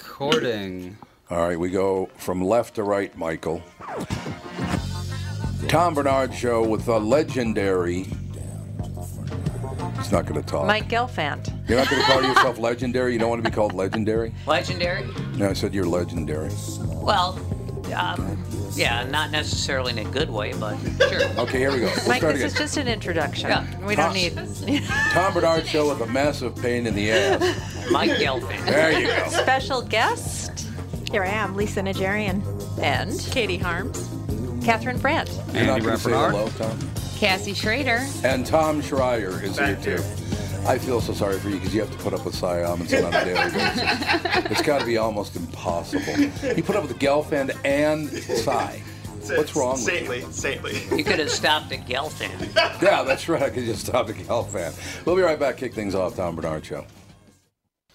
Recording. All right, we go from left to right, Michael. Tom Bernard show with the legendary. He's not going to talk. Mike Gelfand. You're not going to call yourself legendary. You don't want to be called legendary. Legendary? No, I said you're legendary. Well, um, yeah, not necessarily in a good way, but sure. Okay, here we go. We'll Mike, start this again. is just an introduction. Yeah. We Huh. don't need Tom Bernard show with a massive pain in the ass. Mike Gelfand. There you go. special guest Here I am, Lisa Nigerian. and Katie Harms. Catherine Brandt. You're not Andy going to say Rappaport. hello, Tom. Cassie Schrader. And Tom Schreier is here too. I feel so sorry for you because you have to put up with Siamans on a daily basis. It's got to be almost impossible. You put up with Gelfand and Si. What's wrong with Saintly, saintly. You could have stopped at Gelfand. Yeah, that's right. I could just stop the Gelfand. We'll be right back. Kick things off. Tom Bernard Show.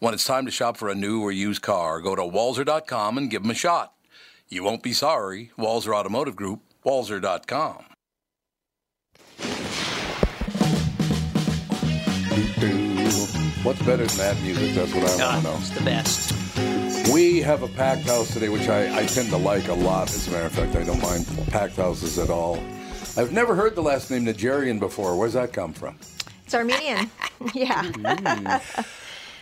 When it's time to shop for a new or used car, go to walzer.com and give them a shot. You won't be sorry. Walzer Automotive Group, walzer.com. What's better than that music? That's what I Ah, want to know. it's the best. We have a packed house today, which I, I tend to like a lot. As a matter of fact, I don't mind packed houses at all. I've never heard the last name Nigerian before. Where's that come from? It's Armenian. yeah. Mm-hmm.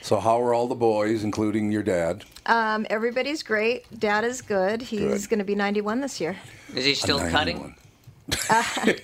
So, how are all the boys, including your dad? Um, everybody's great. Dad is good. He's Good. going to be 91 this year. Is he still cutting?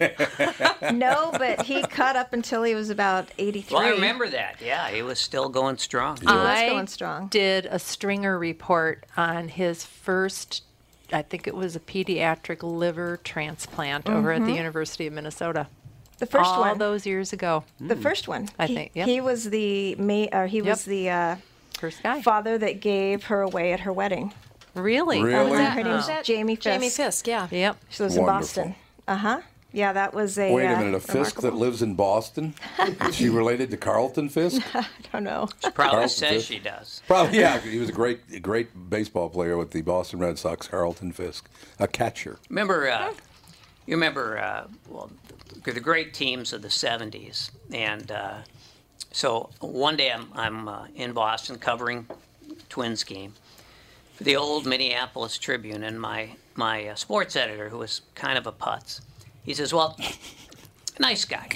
91. No, but he cut up until he was about 83. Well, I remember that. Yeah, he was still going strong. That's I going strong. did a stringer report on his first, I think it was a pediatric liver transplant over at the University of Minnesota. Mm-hmm. The first all one. those years ago. the first one. I He- think, yep. He was the ma- or he was the uh, First guy. father that gave her away at her wedding. Really? Really? Her name's Jamie Fisk. Jamie Fisk, yeah. Yep. She lives Wonderful. in Boston. Uh huh. Yeah, that was a. Wait a uh, minute, a Fisk that remarkable- lives in Boston? Is she related to Carlton Fisk? I don't know. Probably Carlton says Fisk. she does. Probably, yeah. He was a great, great baseball player with the Boston Red Sox, Carlton Fisk, a catcher. Remember, uh, you remember, uh, well, the the great teams of the 70s. And uh, so one day I'm, I'm uh, in Boston covering Twins game for the old Minneapolis Tribune, and my, my uh, sports editor, who was kind of a putz, he says, Well, nice guy.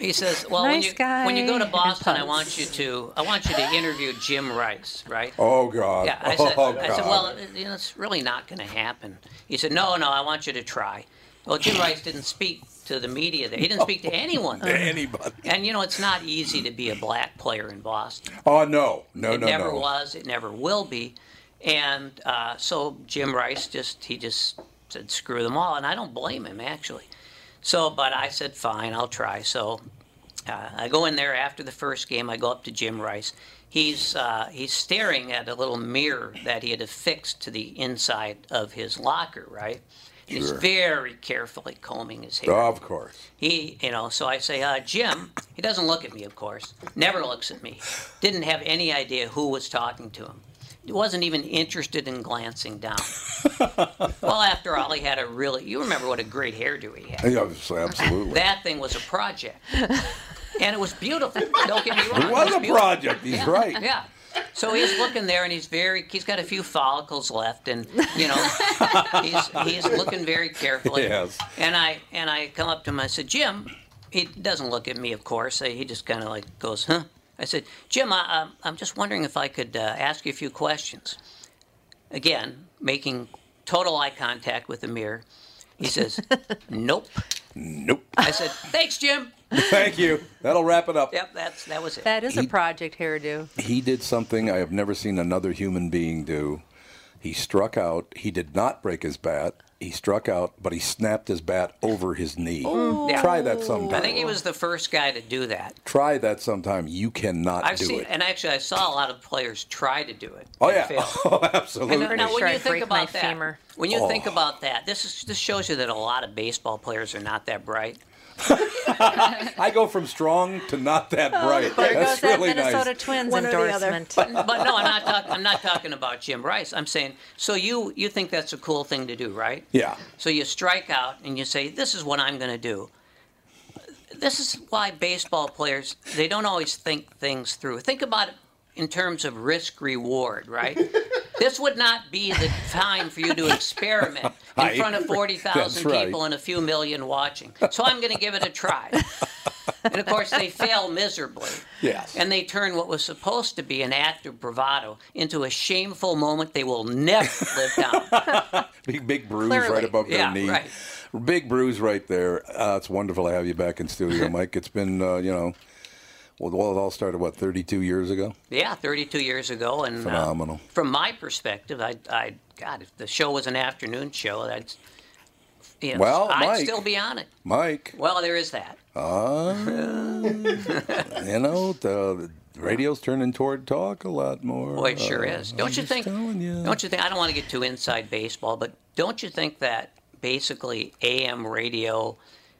He says, "Well, when Nice you when you go to guy and Boston, I putz. want you to I want you to interview Jim Rice, right?" Oh God! Yeah, I said, oh I God. said, well, you know, it's really not going to happen. He said, no, no, I want you to try. Well, Jim Rice didn't speak to the media there. He didn't speak to anyone. there. Anybody. And you know, it's not easy to be a black player in Boston. Oh, no. No, it no, never no. was. It never will be. And uh, so Jim Rice just he just said screw them all, and I don't blame him actually. So, but I said fine, I'll try. So uh, I go in there after the first game. I go up to Jim Rice. He's uh, he's staring at a little mirror that he had affixed to the inside of his locker, right? And He's Sure. Oh, very carefully combing his hair. Of course. He, you know, so I say, uh, Jim, he doesn't look at me, of course, never looks at me. Didn't have any idea who was talking to him. He wasn't even interested in glancing down. well, after all, he had a really, you remember what a great hairdo he had. Yeah, obviously, absolutely. That thing was a project. And it was beautiful. Don't get me wrong. it was a beautiful. project. He's right. Yeah. So he's looking there, and he's very. He's got a few follicles left, and you know, he's he's looking very carefully. Yes. And I and I come up to him. I said, Jim. He doesn't look at me, of course. Uh, He just kind of like goes, huh? I said, Jim, I, I'm- I'm just wondering if I could uh, ask you a few questions. Again, making total eye contact with the mirror. He says, Nope. Nope. I said, Thanks, Jim. Thank you. That'll wrap it up. Yep, that's that was it. That is a project hairdo. He did something I have never seen another human being do. He struck out. He did not break his bat. He struck out, but he snapped his bat over his knee. Yeah. Try that sometime. Oh. I think he was the first guy to do that. Try that sometime. You cannot I've do seen, it. and actually, I saw a lot of players try to do it. oh and yeah. fail. Oh, absolutely. Oh. Now, when sure you I'd think break about my that, femur. when you think about that, this is this shows you that a lot of baseball players are not that bright. I go from strong to not that Oh, bright. Oh, There That's goes that really nice. Minnesota Twins One or the other. endorsement. But no, I'm not. Talk, I'm not talking about Jim Rice. I'm saying so you you think that's a cool thing to do, right? Yeah. So you strike out and you say, "This is what I'm going to do." This is why baseball players they don't always think things through. Think about it in terms of risk reward, right? this would not be the time for you to experiment in I front of agree. forty That's thousand right. people and a few million watching. So I'm going to give it a try. and of course, they fail miserably. Yes. And they turn what was supposed to be an act of bravado into a shameful moment they will never live down. Big, big bruise right Clearly. above Yeah, their knee. right. Big bruise right there. Uh, it's wonderful to have you back in studio, Mike. It's been, uh, you know, well, well, it all started, what, 32 years ago? yeah, 32 years ago, and uh, Phenomenal. from my perspective, I, I, God, if the show was an afternoon show, I'd, you know, Well, I'd Mike. still be on it. Mike, uh, Well, there is that. you know, the, the radio's turning toward talk a lot more. Boy, it sure Uh, is. Don't I'm you just think? telling you. Don't you think? I don't want to get too inside baseball, but don't you think that basically AM radio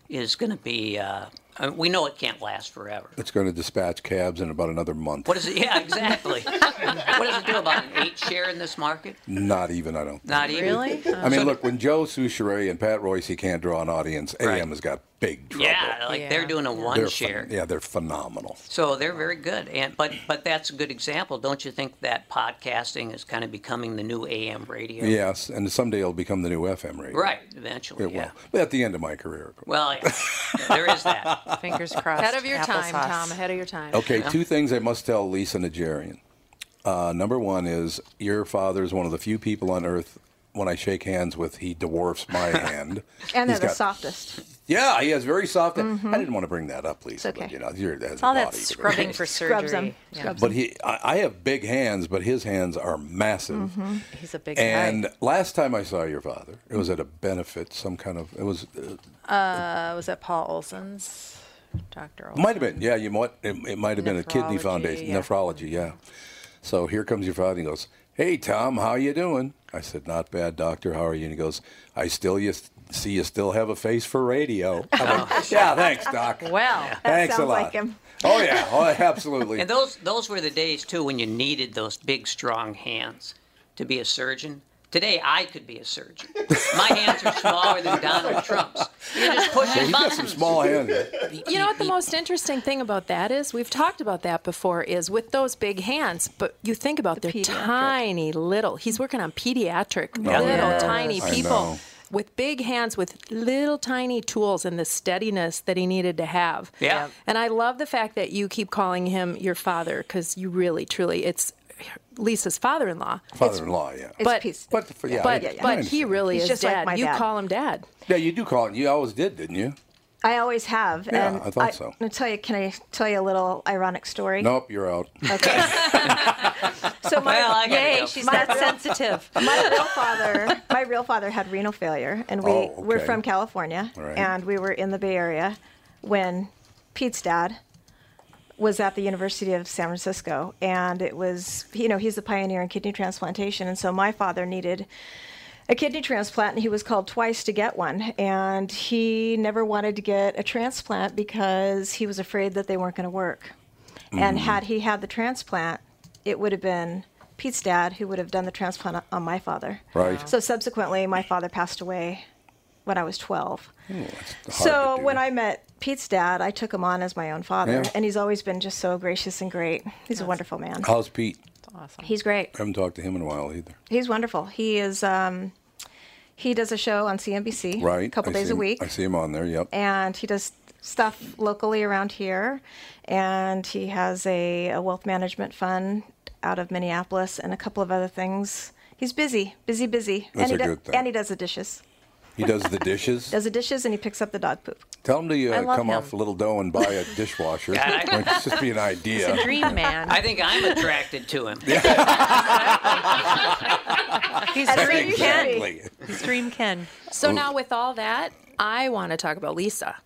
is going to be? Uh, I mean, we know it can't last forever. It's going to dispatch cabs in about another month. What is it? Yeah, exactly. what does it do about an eight share in this market? Not even, I don't think. Not even. Really? I Um, mean, look, when Joe Souchere and Pat Royce he can't draw an audience, AM Right. has got big trouble. Yeah, like they're Yeah. doing a one they're phen- share. yeah, they're phenomenal. So they're very good, and but but that's a good example. Don't you think that podcasting is kind of becoming the new AM radio? Yes, and someday it'll become the new FM radio. Right. Eventually. It yeah. will. But at the end of my career. Well, I- there is that. Fingers crossed. Ahead of your time, Applesauce. Tom. Ahead of your time. Okay, two things I must tell Lisa Nigerian. Uh, number one is your father is one of the few people on earth when I shake hands with, he dwarfs my hand. And He's they're the got- softest. Yeah, he has very soft. I didn't want to bring that up, Lisa. Mm-hmm. It's okay. But, you know, you're, as a All body, that you're- scrubbing for surgery. Scrubs them. Yeah. Scrubs But he, I, I have big hands, but his hands are massive. Mm-hmm. Mm-hmm. He's a big And guy. last time I saw your father, it was at a benefit, some kind of. It was uh, Uh, was that Paul Olson's? Dr. Olson. Might have been, yeah. You might it, it might have been a kidney Nephrology, foundation, yeah. nephrology, yeah. So here comes your father. and He goes, "Hey Tom, how you doing?" I said, "Not bad, doctor. How are you?" And he goes, "I still you see you still have a face for radio." I'm like, yeah, thanks, doc. Well, Oh, That thanks a sounds lot. like him. Oh yeah, oh absolutely. And those those were the days too when you needed those big strong hands to be a surgeon. Today I could be a surgeon. My hands are smaller than Donald Trump's. You're just pushing He's got some buttons. small hands. You know what the most interesting thing about that is? We've talked about that before. Is with those big hands, but you think about they're pediatric. tiny little. He's working on pediatric Oh, Yeah. little Yes. tiny I people know. with big hands with little tiny tools and the steadiness that he needed to have. Yeah. And I love the fact that you keep calling him your father because you really, truly, it's Lisa's father-in-law. Father-in-law, yeah. It's But- peace. But for, yeah, But I- yeah, yeah. I but he understand. really He's is just like dad. my you dad. call him dad. Yeah, you do call it. You always did, didn't you? I always have. Yeah, and I thought so. I'm gonna tell you. Can I tell you a little ironic story? Nope, you're out. Okay. so my Well, I gotta Yay, go. she's not sensitive. my real father, my real father had renal failure, and we Oh, we're okay. from California, All right. and we were in the Bay Area when Pete's dad was at the University of San Francisco, and it was you know he's a pioneer in kidney transplantation, and so my father needed a kidney transplant and he was called twice to get one and he never wanted to get a transplant because he was afraid that they weren't going to work and Mm. had he had the transplant it would have been pete's dad who would have done the transplant on- on my father Right. so subsequently my father passed away when i was 12 Oh, Hard so to do. when i met pete's dad i took him on as my own father Yeah. and he's always been just so gracious and great he's a wonderful man how's Pete? awesome. he's great I haven't talked to him in a while either. He's wonderful. He is. Um, he does a show on CNBC, Right. A couple I days see a him- week, I see him on there. Yep. and he does stuff locally around here, and he has a, a wealth management fund out of Minneapolis and a couple of other things. He's busy, busy, busy, That's and he a does, good thing. and he does the dishes. He does the dishes. Does the dishes, and he picks up the dog poop. Tell him to I uh, love come him. off a little dough and buy a dishwasher. Yeah, I- Might just be an idea. He's a dream man. I think I'm attracted to him. He's And so dream you Ken. should be. Exactly. He's dream Ken. So now with all that, I want to talk about Lisa.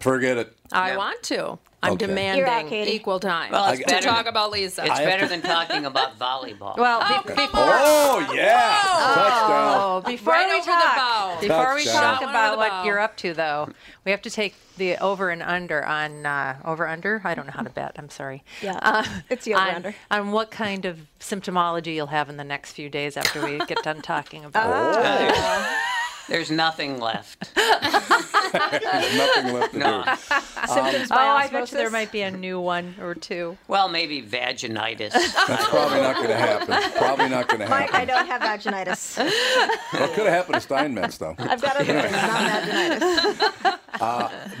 Forget it. I Yeah. want to. I'm Okay. demanding You're out, Katie. equal time Well, it's to better talk than- about Lisa. It's have better to- than talking about volleyball. Well, be- before, Oh yeah! Touchdown. oh, before Right we over the bow. talk, before we Touchdown. talk Shot about under the what bow. you're up to, though, we have to take the over and under on uh, over under. I don't know how to bet. I'm sorry. Yeah, Uh, it's the on, over-under. on what kind of symptomology you'll have in the next few days after we get done talking about it. Oh. There's nothing left. There's nothing left to No. Um, uh, do. Symptoms Oh, by I bet you there osmosis? might be a new one or two. Well, maybe vaginitis. That's probably not going to happen. Probably not going to Mike, I happen. don't have vaginitis. Well, it could have happened to Steinmetz though. Uh, I've got other things, not vaginitis.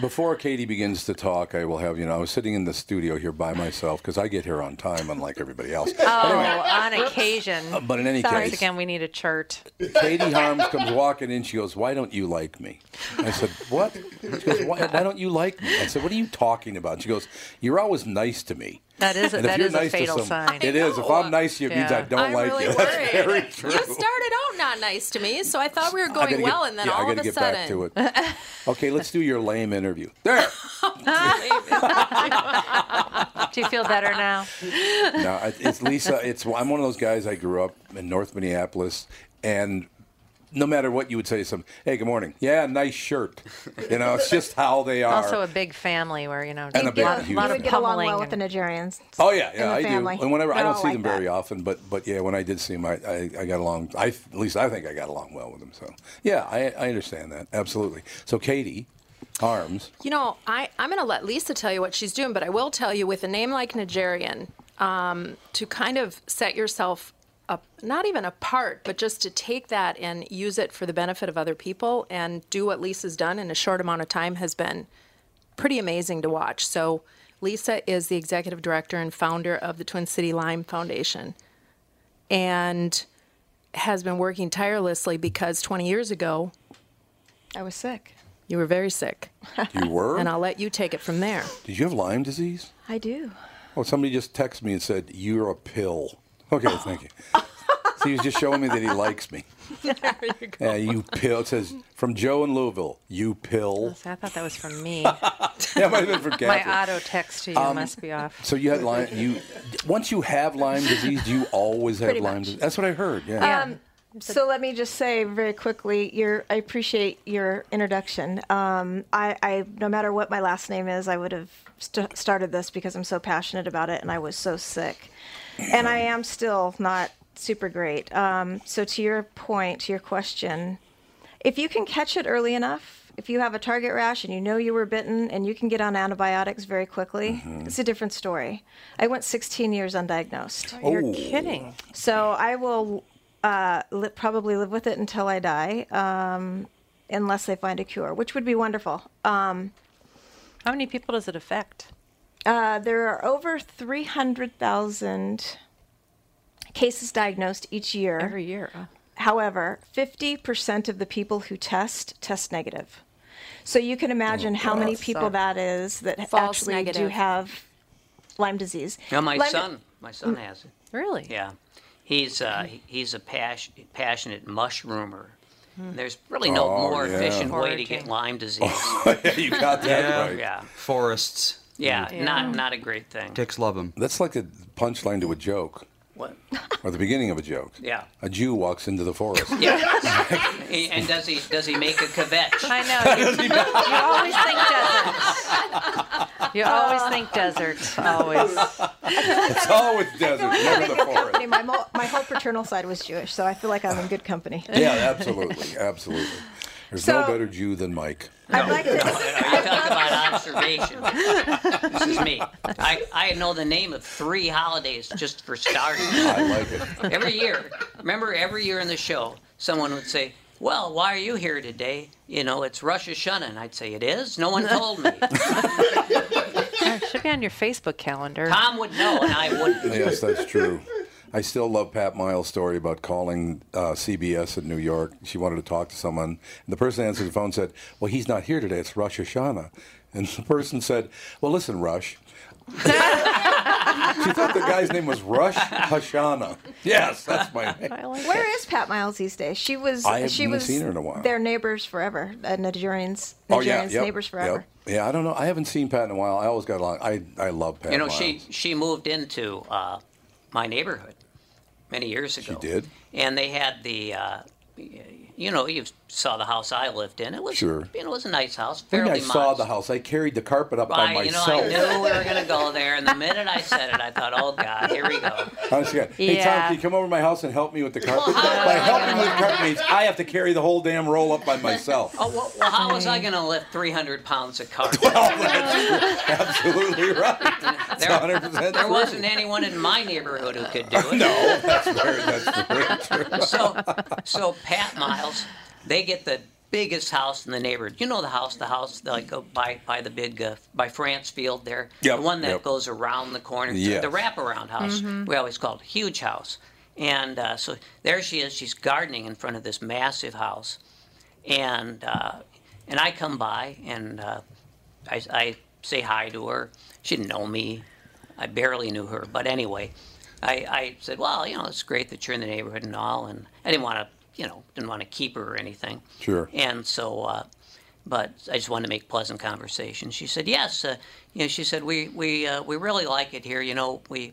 Before Katie begins to talk, I will have you know I was sitting in the studio here by myself because I get here on time, unlike everybody else. Oh, on occasion. Uh, But in any Sorry. case, Once again, we need a chart. Katie Harms comes walking in. She goes, "Why don't you like me?" I said, "What?" She goes, why, "Why don't you like me?" I said, "What are you talking about?" She goes, "You're always nice to me." That is a, And if that you're is nice a fatal to some, sign. It is. If I'm nice to you, it means I Yeah. don't I'm like really you. worried. That's very true. You started out not nice to me, so I thought we were I gotta going get- well, and then yeah, I all of gotta a get sudden, back to it. Okay, let's do your lame interview. There. Do you feel better now? No, I- it's Lisa. It's I'm one of those guys. I grew up in North Minneapolis, and no matter what you would say, to some hey, good morning. Yeah, nice shirt. You know, it's just how they are. Also, a big family where you know And a a big, lot, huge lot You of would get along well pummeling with the and- Nigerians. Oh yeah, in yeah, the I family. do. And whenever I They're don't all see them like very that. often, but but yeah, when I did see them, I, I, I got along. I at least I think I got along well with them. So yeah, I, I understand that absolutely. So Katie, arms. You know, I, I'm going to let Lisa tell you what she's doing, but I will tell you with a name like Nigerian, um, to kind of set yourself up, not even apart, but just to take that and use it for the benefit of other people and do what Lisa's done in a short amount of time has been pretty amazing to watch. So, Lisa is the executive director and founder of the Twin City Lime Foundation. And has been working tirelessly because 20 years ago I was sick. you were very sick You were. and I'll let you take it from there. Did you have Lyme disease? I do. Oh, somebody just texted me and said you're a pill. Okay, thank you. So he was just showing me that he likes me. Yeah, you pill. It says from Joe in Louisville. You pill. I thought that was from me. Yeah, it might have been Um, from My Catherine. auto text to you must be off. So you had Lyme. You once you have Lyme disease, do you always have Pretty Lyme much. disease? That's what I heard. Yeah. Um, so let me just say very quickly, your I appreciate your introduction. Um, I, I no matter what my last name is, I would have st- started this because I'm so passionate about it, and I was so sick, and I am still not super great. Um, so to your point, to your question, if you can catch it early enough, if you have a target rash and you know you were bitten and you can get on antibiotics very quickly, it's a different story. I went 16 years undiagnosed. Oh, You're kidding. So I will uh, li- probably live with it until I die, um, unless they find a cure, which would be wonderful. Um, How many people does it affect? Uh, there are over 300,000 cases diagnosed each year. Every year. Oh. However, 50% of the people who test test negative. So you can imagine Oh, how many people So- that is that False actually do negative. have Lyme disease. Now, my Lyme- son, my son has it. Really? Yeah, he's uh, he- he's a pas- passionate mushroomer. There's really no Hmm. Oh, more yeah. efficient way to get Foraging. Lyme disease. you got that right. yeah. Forests. yeah, not not a great thing. Dicks love them. That's like a punchline to a joke What? or the beginning of a joke. Yeah. A Jew walks into the forest. Yeah. and and does he does he make a kvetch? I know. You, you always think desert. You always think desert. Always. it's always desert, never the forest. Company, my, mo- my whole paternal side was Jewish, so I feel like I'm in good company. Yeah, absolutely, absolutely. There's no So- better Jew than Mike. I'd like to. You talk about observation. This is me. I, I know the name of three holidays just for starters. I like it. Every year, remember every year in the show, someone would say, well, why are you here today? You know, it's Rosh Hashanah. And I'd say, it is? No one told me. Yeah, it should be on your Facebook calendar. Tom would know, and I wouldn't. Yes, that's true. I still love Pat Miles' story about calling uh, CBS in New York. She wanted to talk to someone. And the person answered the phone said, Well, he's not here today. It's Rosh Hashanah. And the person said, Well, listen, Rush. she thought the guy's name was Rush Hashanah. Yes, that's my I name. like Where it. is Pat Miles these days? She was. I haven't she even was seen her in a while. Oh, Their neighbors forever. Uh, Nigerians. Nigerians yep, neighbors forever. yep. Yeah, I don't know. I haven't seen Pat in a while. I always got along. I, I love Pat You know, Miles. she, she moved into uh, my neighborhood many years ago. did? And they had the, uh, you know, you saw the house I lived in. It was, Sure. you know, it was a nice house, I think fairly I saw modest. the house. I carried the carpet up by I, you know, myself. I knew we were going to go there, and the minute I said it, I thought, "Oh God, here we go." Honest to God. Hey, Tom, Yeah. can you come over to my house and help me with the carpet? Well, how- By helping with the carpet means I have to carry the whole damn roll up by myself. Oh, well, well, how was I going to lift 300 pounds of carpet? Absolutely right. there, 100% there true. wasn't anyone in my neighborhood who could do it. Uh, No, that's very, that's very true. So, so Pat Miles, they get the biggest house in the neighborhood. You know the house, the house like uh, by by the big uh, by France Field there, Yep, the one that yep. goes around the corner, Yes. the wraparound house. We always called it huge house. And uh, so there she is. She's gardening in front of this massive house, and uh, and I come by and uh, I, I say hi to her. She didn't know me. I barely knew her. But anyway, I, I said, well, you know, it's great that you're in the neighborhood and all. And I didn't want to, you know, didn't want to keep her or anything. Sure. And so, uh, but I just wanted to make pleasant conversation. She said, yes. Uh, you know, she said, we, we, uh, we really like it here. You know, we,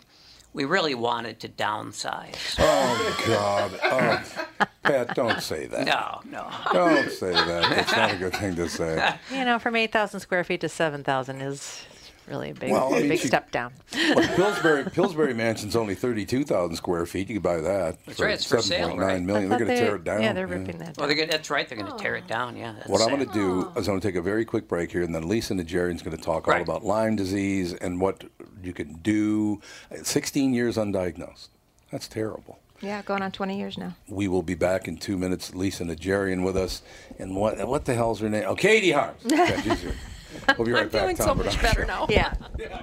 we really wanted to downsize. Oh, God. Oh, Pat, don't say that. No, no. Don't say that. That's not a good thing to say. You know, from 8,000 square feet to 7,000 is really a big, Well, I mean, big she- step down. Well, Pillsbury Pillsbury Mansion's only thirty-two thousand square feet. You could buy that. That's right, it's for sale, $7.9 million. right? They're going But to they- tear it down. Yeah, they're ripping that Well, down. they're gonna, that's right. They're going to tear it down. Yeah. that's What I'm sad. going to do is I'm going to take a very quick break here, and then Lisa Nigerian's going to talk all Right. about Lyme disease and what you can do. 16 years undiagnosed. That's terrible. Yeah, going on 20 years now. We will be back in two minutes. Lisa Nigerian with us, and what what the hell's her name? Oh, Katie Harms. Okay, she's here. We'll be right I'm back. feeling Tom so much Bernard better Show. now. Yeah.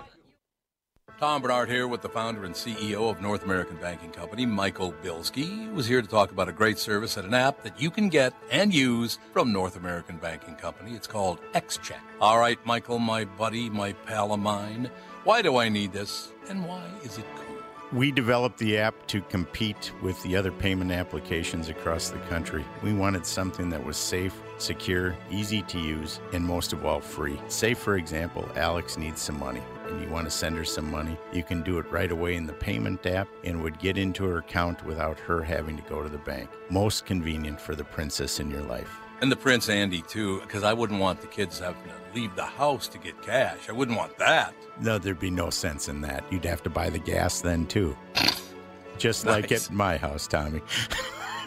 Tom Bernard here with the founder and CEO of North American Banking Company, Michael Bilski, who is here to talk about a great service and an app that you can get and use from North American Banking Company. It's called XCheck. All right, Michael, my buddy, my pal of mine, why do I need this and why is it cool? We developed the app to compete with the other payment applications across the country. We wanted something that was safe, secure, easy to use, and most of all, free. Say, for example, Alex needs some money and you want to send her some money, you can do it right away in the payment app and would get into her account without her having to go to the bank. Most convenient for the princess in your life. And the Prince Andy, too, because I wouldn't want the kids having to leave the house to get cash. I wouldn't want that. No, there'd be no sense in that. You'd have to buy the gas then, too. Just like Nice. at my house, Tommy.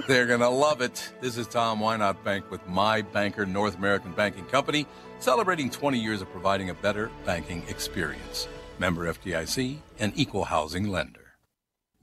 They're going to love it. This is Tom Wynot Bank with My Banker North American Banking Company, celebrating 20 years of providing a better banking experience. Member FDIC and equal housing lender.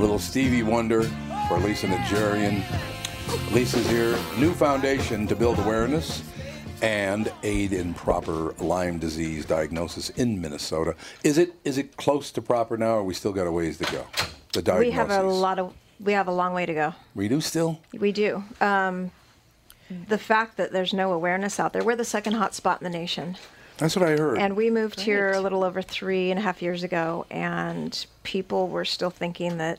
Little Stevie Wonder for Lisa Nigerian. Lisa's here. New foundation to build awareness and aid in proper Lyme disease diagnosis in Minnesota. Is it is it close to proper now, or we still got a ways to go? The diagnosis. We have a lot of we have a long way to go. We do still. We do. Um, the fact that there's no awareness out there, we're the second hot spot in the nation. That's what I heard. And we moved here a little over three and a half years ago, and people were still thinking that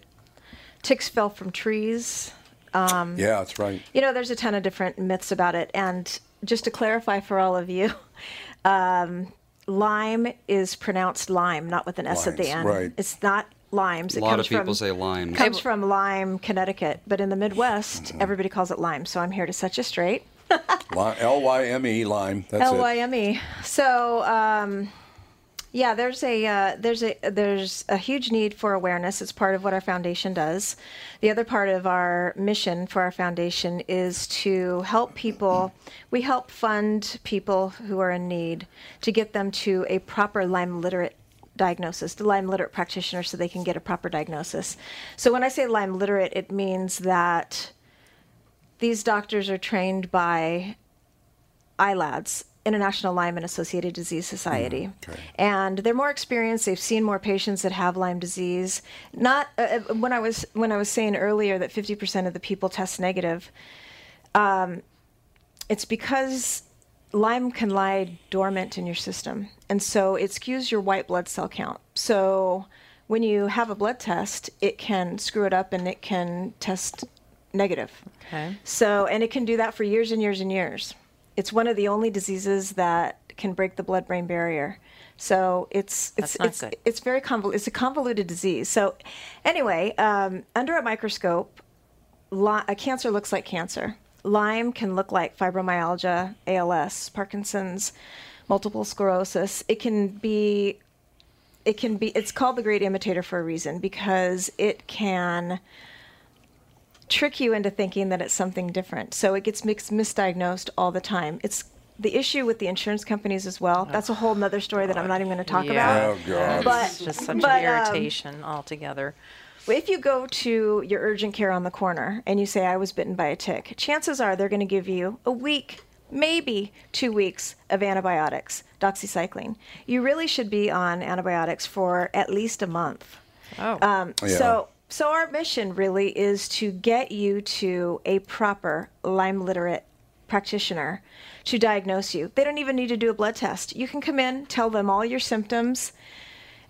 ticks fell from trees. Um, yeah, that's right. You know, there's a ton of different myths about it. And just to clarify for all of you, um, Lyme is pronounced lime, not with an S at the Lymes, end. right. It's not limes. A It lot comes of people from, say Lyme. comes from Lyme, Connecticut. But in the Midwest, Mm-hmm. everybody calls it lime. So I'm here to set you straight. L Y M E Lyme. That's L Y it. M E. So, um, yeah, there's a uh, there's a there's a huge need for awareness. It's part of what our foundation does. The other part of our mission for our foundation is to help people. We help fund people who are in need to get them to a proper Lyme literate diagnosis, the Lyme literate practitioner, so they can get a proper diagnosis. So when I say Lyme literate, it means that these doctors are trained by ILADS, International Lyme and Associated Disease Society. And they're more experienced. They've seen more patients that have Lyme disease. Not uh, uh, when I was when I was saying earlier that 50% of the people test negative. Um, it's because Lyme can lie dormant in your system, and so it skews your white blood cell count. So when you have a blood test, it can screw it up and it can test negative. Okay. So, and it can do that for years and years and years. It's one of the only diseases that can break the blood-brain barrier. So it's it's That's not it's good. it's very convoluted. It's a convoluted disease. So, anyway, um, under a microscope, Ly- a cancer looks like cancer. Lyme can look like fibromyalgia, ALS, Parkinson's, multiple sclerosis. It can be it can be it's called the great imitator for a reason because it can trick you into thinking that it's something different. So it gets mixed, misdiagnosed all the time. It's the issue with the insurance companies as well. That's a whole nother story that I'm not even going to talk Yeah. about. Oh God. But- it's just such but, um, an irritation altogether. If you go to your urgent care on the corner and you say, I was bitten by a tick, chances are they're going to give you a week, maybe two weeks of antibiotics, doxycycline. You really should be on antibiotics for at least a month. Oh, Um, So, so our mission really is to get you to a proper Lyme literate practitioner to diagnose you. They don't even need to do a blood test. You can come in, tell them all your symptoms,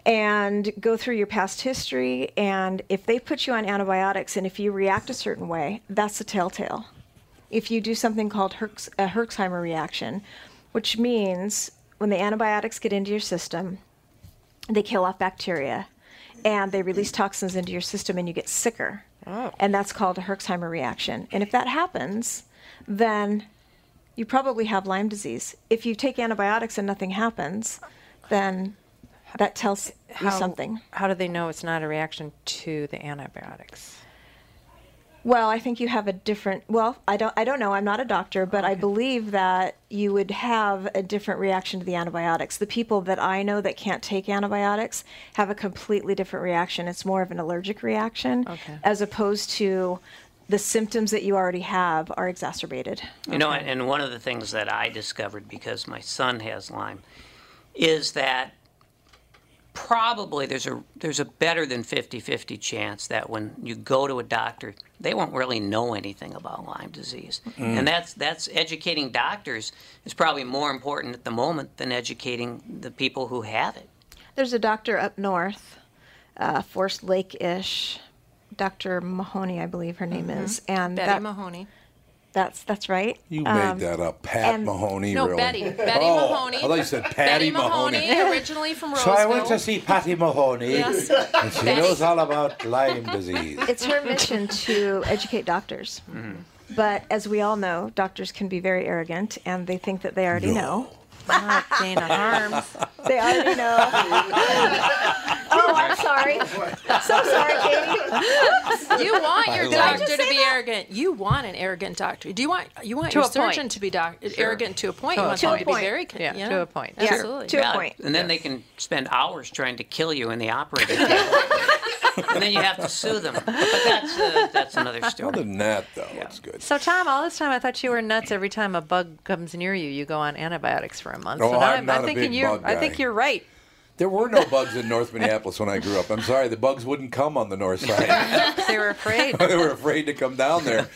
and go through your past history. And if they put you on antibiotics, and if you react a certain way, that's a telltale. If you do something called Herx, a Herxheimer reaction, which means when the antibiotics get into your system, they kill off bacteria and they release toxins into your system and you get sicker. And that's called a Herxheimer reaction. And if that happens, then you probably have Lyme disease. If you take antibiotics and nothing happens, then that tells you something. How do they know it's not a reaction to the antibiotics? Well, I think you have a different. Well, I don't. I don't know. I'm not a doctor, but I believe that you would have a different reaction to the antibiotics. The people that I know that can't take antibiotics have a completely different reaction. It's more of an allergic reaction, Okay. as opposed to the symptoms that you already have are exacerbated. You know, and one of the things that I discovered because my son has Lyme is that probably there's a there's a better than 50-50 chance that when you go to a doctor they won't really know anything about Lyme disease and that's that's educating doctors is probably more important at the moment than educating the people who have it There's a doctor up north, uh, Forest Lake ish, Dr. Mahoney, I believe her name is, and Betty that, Mahoney. that's that's right. You Um, made that up. Pat and- Mahoney, No, really. Betty. Betty oh, Mahoney. I thought you said Patty Betty Mahoney, originally from So Roseville. I went to see Patty Mahoney, Yes. and she Betty. knows all about Lyme disease. It's her mission to educate doctors. Mm-hmm. But as we all know, doctors can be very arrogant, and they think that they already know. Not Dana Harms. They already know. oh, I'm sorry. So sorry, Katie. You want your Did I doctor to be arrogant. You want an arrogant doctor. Do you want you want To your a point. surgeon to be doc- arrogant to a point? To you a want point. them to be To a very Yeah, to a point. Yeah, Absolutely. to a point. and then they can spend hours trying to kill you in the operating theater and then you have to sue them but that's uh, that's another Other story than that, though, it's good. So Tom, all this time I thought you were nuts. Every time a bug comes near you, you go on antibiotics for a month. Oh, so now I'm I'm, not a thinking big you're. bug I think guy. you're right. There were no bugs in North Minneapolis when I grew up. I'm sorry, the bugs wouldn't come on the north side. They were afraid. they were afraid to come down there.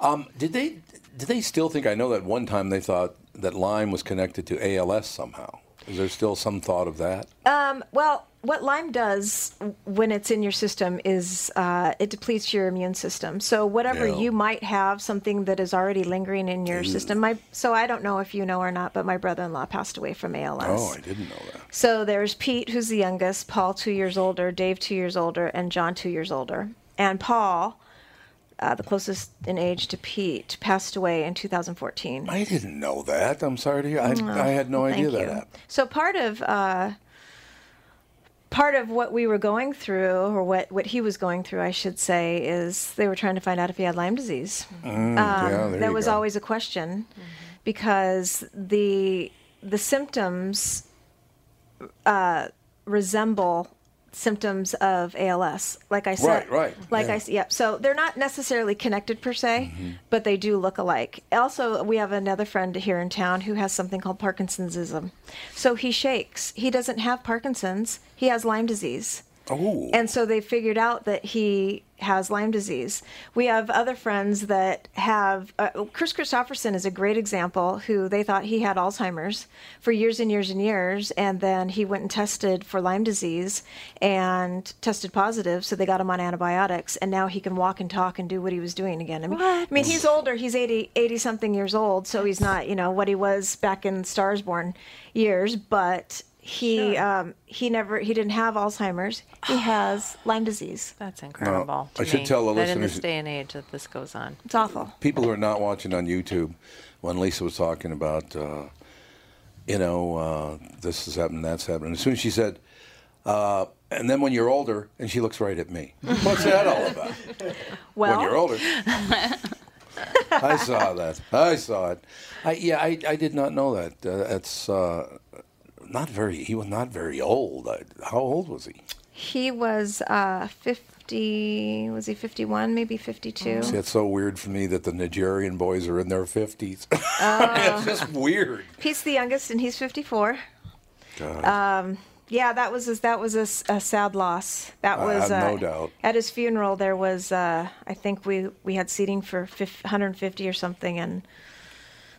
Um, did they? Did they still think? I know that one time they thought that Lyme was connected to ALS somehow. Is there still some thought of that? Um, well, what Lyme does when it's in your system is uh, it depletes your immune system. So whatever Yeah. you might have, something that is already lingering in your system. My so I don't know if you know or not, but my brother-in-law passed away from ALS. Oh, I didn't know that. So there's Pete, who's the youngest, Paul, two years older, Dave, two years older, and John, two years older. And Paul, uh, the closest in age to Pete, passed away in 2014. I didn't know that. I'm sorry to hear. I, I had no idea Thank that you. happened. So part of uh, part of what we were going through, or what what he was going through, I should say, is they were trying to find out if he had Lyme disease. Um, Mm, yeah, there that you was go. always a question because the the symptoms uh, resemble symptoms of ALS. Like I said, Right, right, Like yeah. Mm-hmm. I s- yep. So they're not necessarily connected per se, but they do look alike. Also, we have another friend here in town who has something called Parkinson'sism. So he shakes. He doesn't have Parkinson's. He has Lyme disease. Oh, And so they figured out that he has Lyme disease. We have other friends that have. Uh, Chris Christopherson is a great example who they thought he had Alzheimer's for years and years and years. And then he went and tested for Lyme disease and tested positive. So they got him on antibiotics. And now he can walk and talk and do what he was doing again. I mean, I mean he's older. He's 80, 80 something years old. So he's not, you know, what he was back in Stars Born years. But he um, he never he didn't have Alzheimer's. He has Lyme disease. Oh. That's incredible. I to should me, tell the that in this listeners- day and age that this goes on. It's awful. people who are not watching on YouTube, when Lisa was talking about, uh, you know, uh, this is happening, that's happening. As soon as she said, uh, and then when you're older, and she looks right at me. What's that all about? Well, when you're older. I saw that. I saw it. I, yeah, I, I did not know that. Uh, that's uh, not very. He was not very old. I, how old was he? he was uh, 50. Was he 51? Maybe 52. See, it's so weird for me that the Nigerian boys are in their fifties. it's just weird. Uh, He's the youngest, and he's 54. God. Yeah, that was a, that was a, s- a sad loss. That I was have uh, no doubt. At his funeral, there was uh, I think we we had seating for fif- 150 or something, and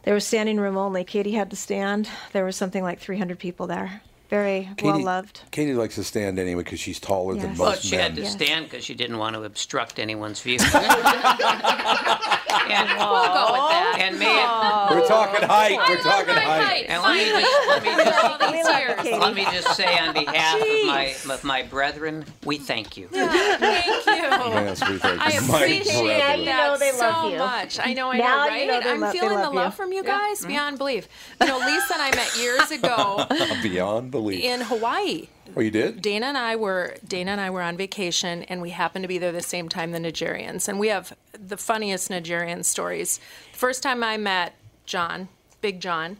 there was standing room only. Katie had to stand. There was something like 300 people there. Very well loved. Katie likes to stand anyway because she's taller than Yes. most but she men. had to Yes. stand because she didn't want to obstruct anyone's view and, we'll go with Oh, that and may We're Oh. talking height. We're talking height. And let me just, let me just, All these years. let me just say on behalf of my, of my brethren, we thank you. Thank you. Yes, we think. I My appreciate brother. Now you know that they love so you. much. I know, I know, Now you right? know they I'm love- they feeling love the love you. Mm-hmm. from you guys beyond belief. You know, Lisa and I met years ago Beyond belief. in Hawaii. oh, you did? Dana and I were Dana and I were on vacation, and we happened to be there the same time the Nigerians, and we have the funniest Nigerian stories. First time I met John, Big John,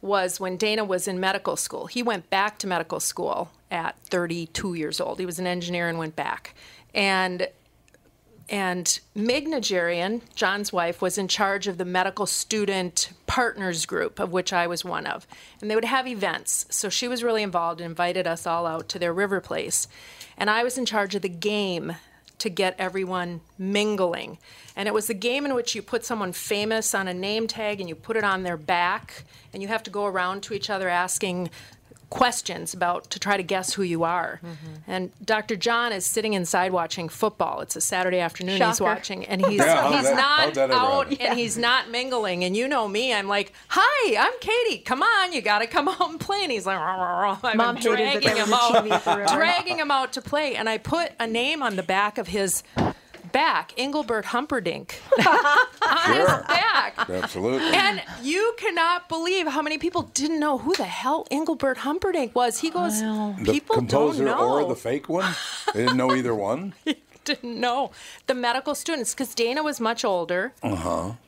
was when Dana was in medical school. He went back to medical school at 32 years old. He was an engineer and went back, and And Meg Nigerian, John's wife, was in charge of the medical student partners group, of which I was one of. And they would have events. So she was really involved and invited us all out to their river place. And I was in charge of the game to get everyone mingling. And it was the game in which you put someone famous on a name tag and you put it on their back, and you have to go around to each other asking questions about to try to guess who you are. And Dr. John is sitting inside watching football. It's a Saturday afternoon he's Shocker. watching and he's Yeah, how'd he's that- how'd not that ever out happen? and he's not mingling. And you know me, I'm like, "Hi, I'm Katie. Come on, you got to come out and play." And he's like, "I'm Mom hated that dragging there was him a out, TV at the river. dragging him out to play." And I put a name on the back of his back, Engelbert Humperdinck, on his Sure. back. Absolutely. And you cannot believe how many people didn't know who the hell Engelbert Humperdinck was. He goes, the people composer don't know. or the fake one? They didn't know either one. didn't know the medical students because Dana was much older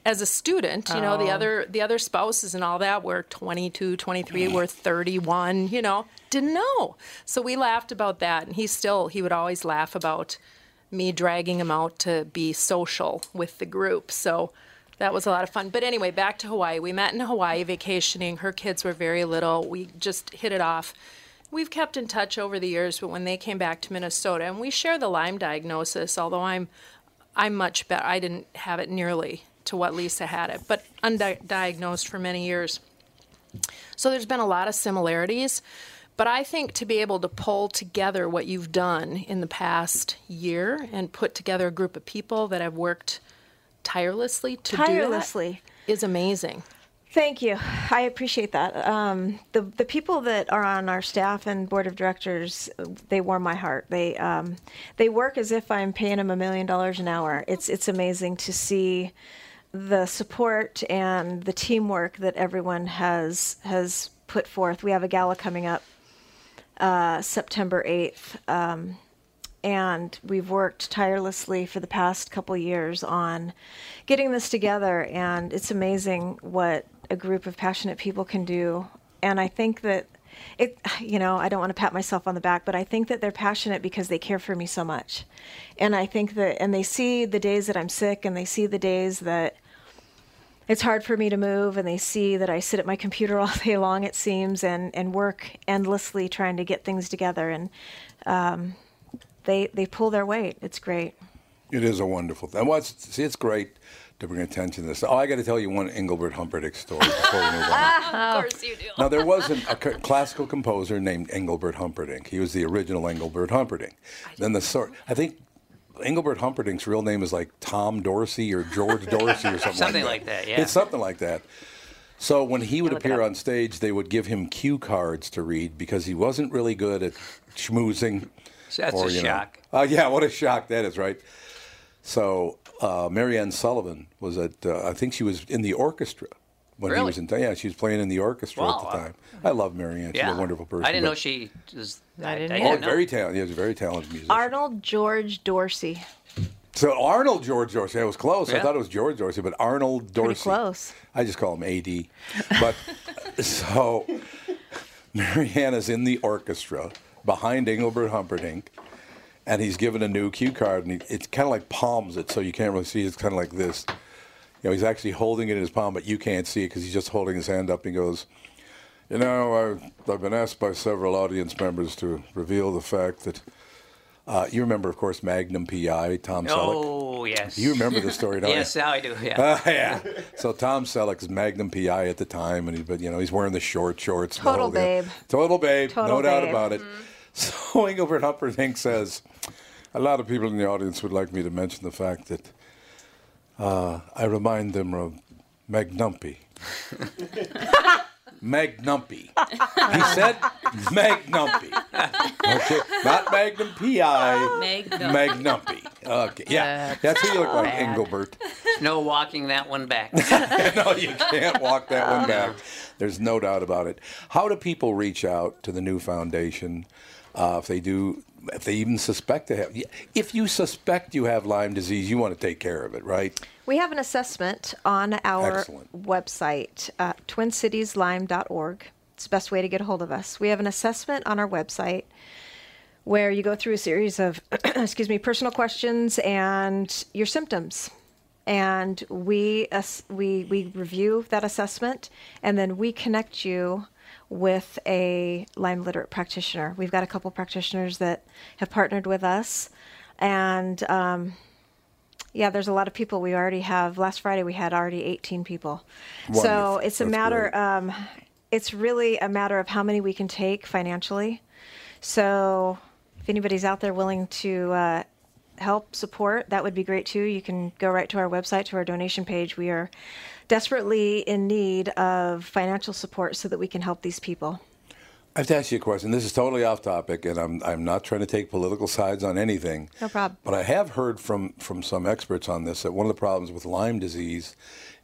as a student. You know, the other the other spouses and all that were 22, 23, were 31. You know, didn't know. So we laughed about that, and he still he would always laugh about me dragging him out to be social with the group. So. That was a lot of fun. But anyway, back to Hawaii. We met in Hawaii vacationing. Her kids were very little. We just hit it off. We've kept in touch over the years, but when they came back to Minnesota, and we share the Lyme diagnosis, although I'm I'm much better. I didn't have it nearly to what Lisa had it, but undiagnosed for many years. So there's been a lot of similarities, but I think to be able to pull together what you've done in the past year and put together a group of people that have worked tirelessly to do Tirelessly. that is amazing. Thank you. I appreciate that. Um, the the people that are on our staff and board of directors, they warm my heart. They um, they work as if I'm paying them a million dollars an hour. It's it's amazing to see the support and the teamwork that everyone has has put forth. We have a gala coming up uh, September eighth, um, and we've worked tirelessly for the past couple years on getting this together and it's amazing what a group of passionate people can do and i think that it you know i don't want to pat myself on the back but i think that they're passionate because they care for me so much and i think that and they see the days that i'm sick and they see the days that it's hard for me to move and they see that i sit at my computer all day long it seems and and work endlessly trying to get things together and um, they they pull their weight. It's great. It is a wonderful thing. Well, it's, see, it's great to bring attention to this. Oh, I got to tell you one Engelbert Humperdinck story before we move on. Oh. Of course you do. Now, there was an, a c- classical composer named Engelbert Humperdinck. He was the original Engelbert Humperdinck. Then the sort, I think Engelbert Humperdinck's real name is like Tom Dorsey or George Dorsey or something, Something like like that. that, yeah. It's something like that. So when he would Look it appear up. on stage, they would give him cue cards to read because he wasn't really good at schmoozing. So that's a you know- shock. Uh, yeah, what a shock that is, right? So uh, Marianne Sullivan was at, uh, I think she was in the orchestra when he Really? was in town. Yeah, she was playing in the orchestra Wow, at the I- time. I love Marianne. She's Yeah. a wonderful person. I didn't know but- she was. I didn't Oh, either. know. very talented. Yeah, she's a very talented musician. Arnold George Dorsey. so Arnold George Dorsey. I was close. I Yeah. thought it was George Dorsey, but Arnold Dorsey. close. I just call him AD. But so Marianne is in the orchestra behind Engelbert Humperdinck, and he's given a new cue card, and he, it's kind of like palms it, so you can't really see. It's kind of like this. You know, he's actually holding it in his palm, but you can't see it because he's just holding his hand up. And he goes, "You know, I've, I've been asked by several audience members to reveal the fact that." Uh, you remember, of course, Magnum PI, Tom Selleck. Oh yes. You remember the story, don't Yes, you? Uh, Oh, now I do. Yeah. yeah. So Tom Selleck's Magnum PI at the time, and he, but you know, he's wearing the short shorts. and the Total whole deal. babe. Total babe. Total no doubt babe. Mm-hmm. about it. So Engelbert Humperdinck says, a lot of people in the audience would like me to mention the fact that uh, I remind them of Magnumpy. Magnumpy. He said Magnumpy. Okay. Not Magnum PI. Meg, no. Magnumpy. Okay. Yeah. That's who you look like, Engelbert. No walking that one back. no, you can't walk that one back. There's no doubt about it. How do people reach out to the new foundation uh, if they do, if they even suspect they have? If you suspect you have Lyme disease, you want to take care of it, right? We have an assessment on our Excellent. website, uh, twincitieslime.org. It's the best way to get a hold of us. We have an assessment on our website where you go through a series of, excuse me, personal questions and your symptoms. And we, ass- we, we review that assessment and then we connect you with a Lyme literate practitioner. We've got a couple practitioners that have partnered with us. And um, yeah, there's a lot of people. We already have, last Friday, we had already 18 people. So Wonderful. it's a That's matter great. um, it's really a matter of how many we can take financially. So, if anybody's out there willing to uh, help support, that would be great too. You can go right to our website to our donation page. We are desperately in need of financial support so that we can help these people. I have to ask you a question. This is totally off topic, and I'm, I'm not trying to take political sides on anything. No problem. But I have heard from, from some experts on this that one of the problems with Lyme disease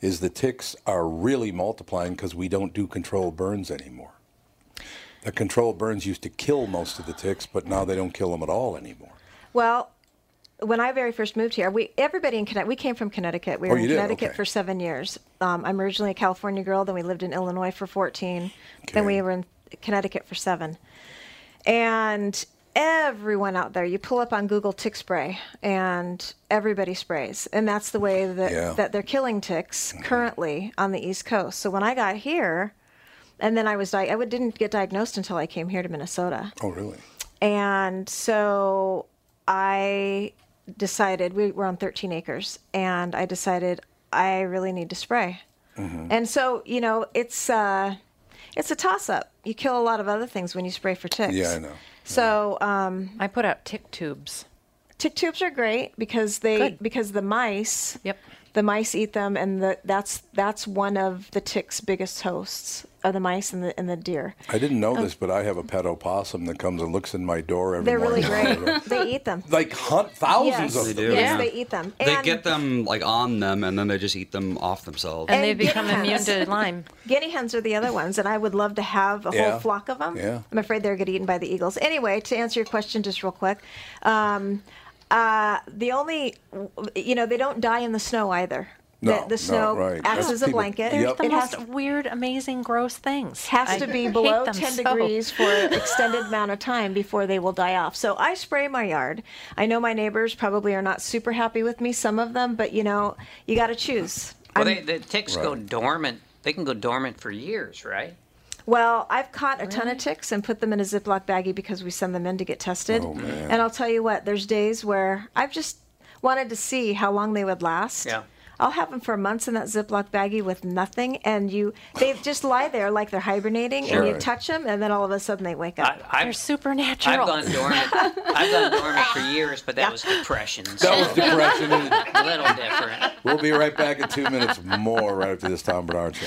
is the ticks are really multiplying because we don't do controlled burns anymore. The controlled burns used to kill most of the ticks, but now they don't kill them at all anymore. Well, when I very first moved here, we everybody in Connecticut. We came from Connecticut. We Oh, were you in did? Connecticut Okay. for seven years. Um, I'm originally a California girl. Then we lived in Illinois for 14. Okay. Then we were in Connecticut for seven. And everyone out there, you pull up on Google tick spray, and everybody sprays, and that's the way that Yeah. Mm-hmm. that they're killing ticks currently on the East Coast. So when I got here, and then I was di- I would- didn't get diagnosed until I came here to Minnesota. Oh, really? And so I decided we were on 13 acres, and I decided I really need to spray. Mm-hmm. And so you know, it's uh, it's a toss up. You kill a lot of other things when you spray for ticks. Yeah, I know. So um, I put out tick tubes. tick tubes are great because they Good. because the mice Yep. the mice eat them and the, that's that's one of the tick's biggest hosts are the mice and the and the deer. I didn't know this, but I have a pet opossum that comes and looks in my door every Oh. They're really morning. great. they eat them. Like hunt thousands Yes. of They them. do. Yes, yeah. they eat them. They And get them like on them, and then they just eat them off themselves. And, And they become guinea immune hens. to Lyme. Guinea hens are the other ones, and I would love to have a Yeah. whole flock of them. Yeah. I'm afraid they're get eaten by the eagles. Anyway, to answer your question just real quick, um, uh, the only, you know, they don't die in the snow either. No, the, the no, snow right. acts That's as a people- blanket. There's Yep. The It has, most weird, amazing, gross things. has I to be hate below them 10 so. degrees for an extended amount of time before they will die off. So I spray my yard. I know my neighbors probably are not super happy with me, some of them, but you know, you got to choose. Well, I'm- they, the ticks go dormant. They can go dormant for years, right? Well, I've caught a ton of ticks and put them in a Ziploc baggie because we send them in to get tested. Oh, man. And I'll tell you what, there's days where I've just wanted to see how long they would last. Yeah. I'll have them for months in that Ziploc baggie with nothing, and you they just lie there like they're hibernating, and you Right. touch them, and then all of a sudden they wake up. I, I've, They're supernatural. I've gone dormant. I've gone dormant for years, but that was depression. So That was depression. a little different. We'll be right back in two minutes more right after this Tom Bernard show.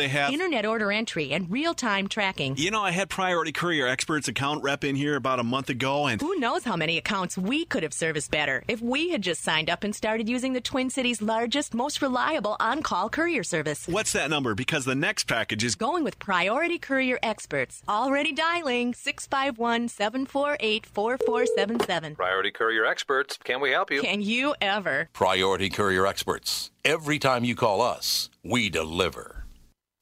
have. Internet order entry and real time tracking. You know, I had Priority Courier Experts account rep in here about a month ago, and Who knows how many accounts we could have serviced better if we had just signed up and started using the Twin Cities' largest, most reliable on call courier service. what's that number? Because the next package is. Going with Priority Courier Experts. Already dialing 651 748 4477. Priority Courier Experts, can we help you? Can you ever? Priority Courier Experts. Every time you call us, we deliver.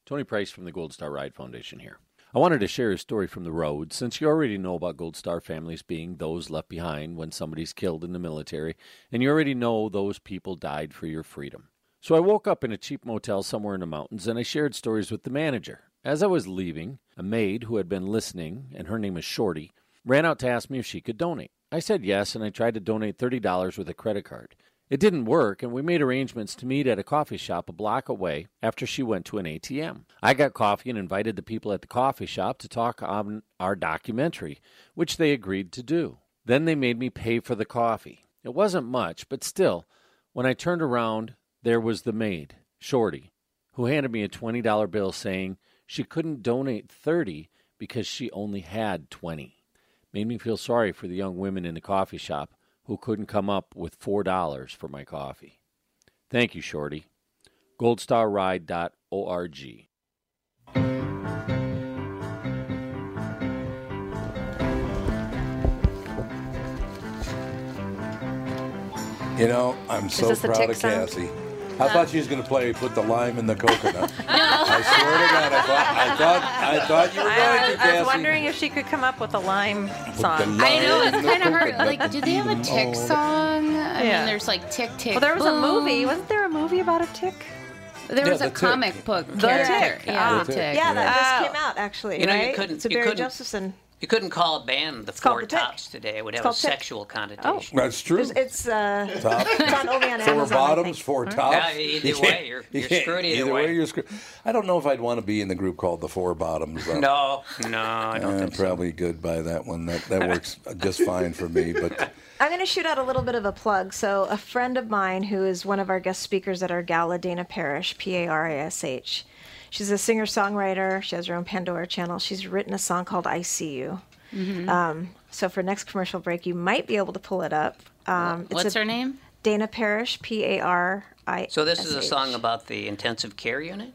Tony Price from the Gold Star Ride Foundation here. I wanted to share a story from the road since you already know about Gold Star families being those left behind when somebody's killed in the military, and you already know those people died for your freedom. So I woke up in a cheap motel somewhere in the mountains and I shared stories with the manager. As I was leaving, a maid who had been listening, and her name is Shorty, ran out to ask me if she could donate. I said yes, and I tried to donate $30 with a credit card. It didn't work, and we made arrangements to meet at a coffee shop a block away after she went to an ATM. I got coffee and invited the people at the coffee shop to talk on our documentary, which they agreed to do. Then they made me pay for the coffee. It wasn't much, but still, when I turned around, there was the maid, Shorty, who handed me a $20 bill saying she couldn't donate 30 because she only had 20. made me feel sorry for the young women in the coffee shop who couldn't come up with four dollars for my coffee. Thank you, Shorty. goldstarride.org. You know, I'm so this the proud tick of sound? Cassie. I Uh. thought she was going to play put the lime in the coconut. I swear to God, I thought I thought I thought you were I, going to was- I was Cassie. wondering if she could come up with a lime song. lime I know, it's in the kind of hard. Like, do they have a tick song? I Yeah. mean, there's like tick tick. Well, there was a boom. movie. Wasn't there a movie about a tick? There Yeah, was The a Tick. comic book. The character. Tick. Yeah, Ah. The Tick, Yeah, that yeah. just came out actually, You know, you right? couldn't- It's a you Barry couldn't- Josephson. You couldn't call a band the Four Tops today. It would It's have a called Tick. sexual connotation. That's true. There's- It's uh, Top. it's on only on Four Amazon. I bottoms, think. four Alright. tops. Yeah, e- either You can't- way, you're- you you're can't- screwed either way. way. you're screwed. I don't know if I'd want to be in the group called the Four Oh. Bottoms. though. No, no, I don't I'm think so. probably good by that one. That that works just fine for me. But I'm going to shoot out a little bit of a plug. So, a friend of mine who is one of our guest speakers at our gala, Dana Parrish, P A R I S H, she's a singer songwriter. She has her own Pandora channel. She's written a song called I See You. Mhm. Mm. Um, so, for next commercial break, you might be able to pull it up. Um, it's What's a- her name? Dana Parrish, P A R I S H. So this is a song about the intensive care unit.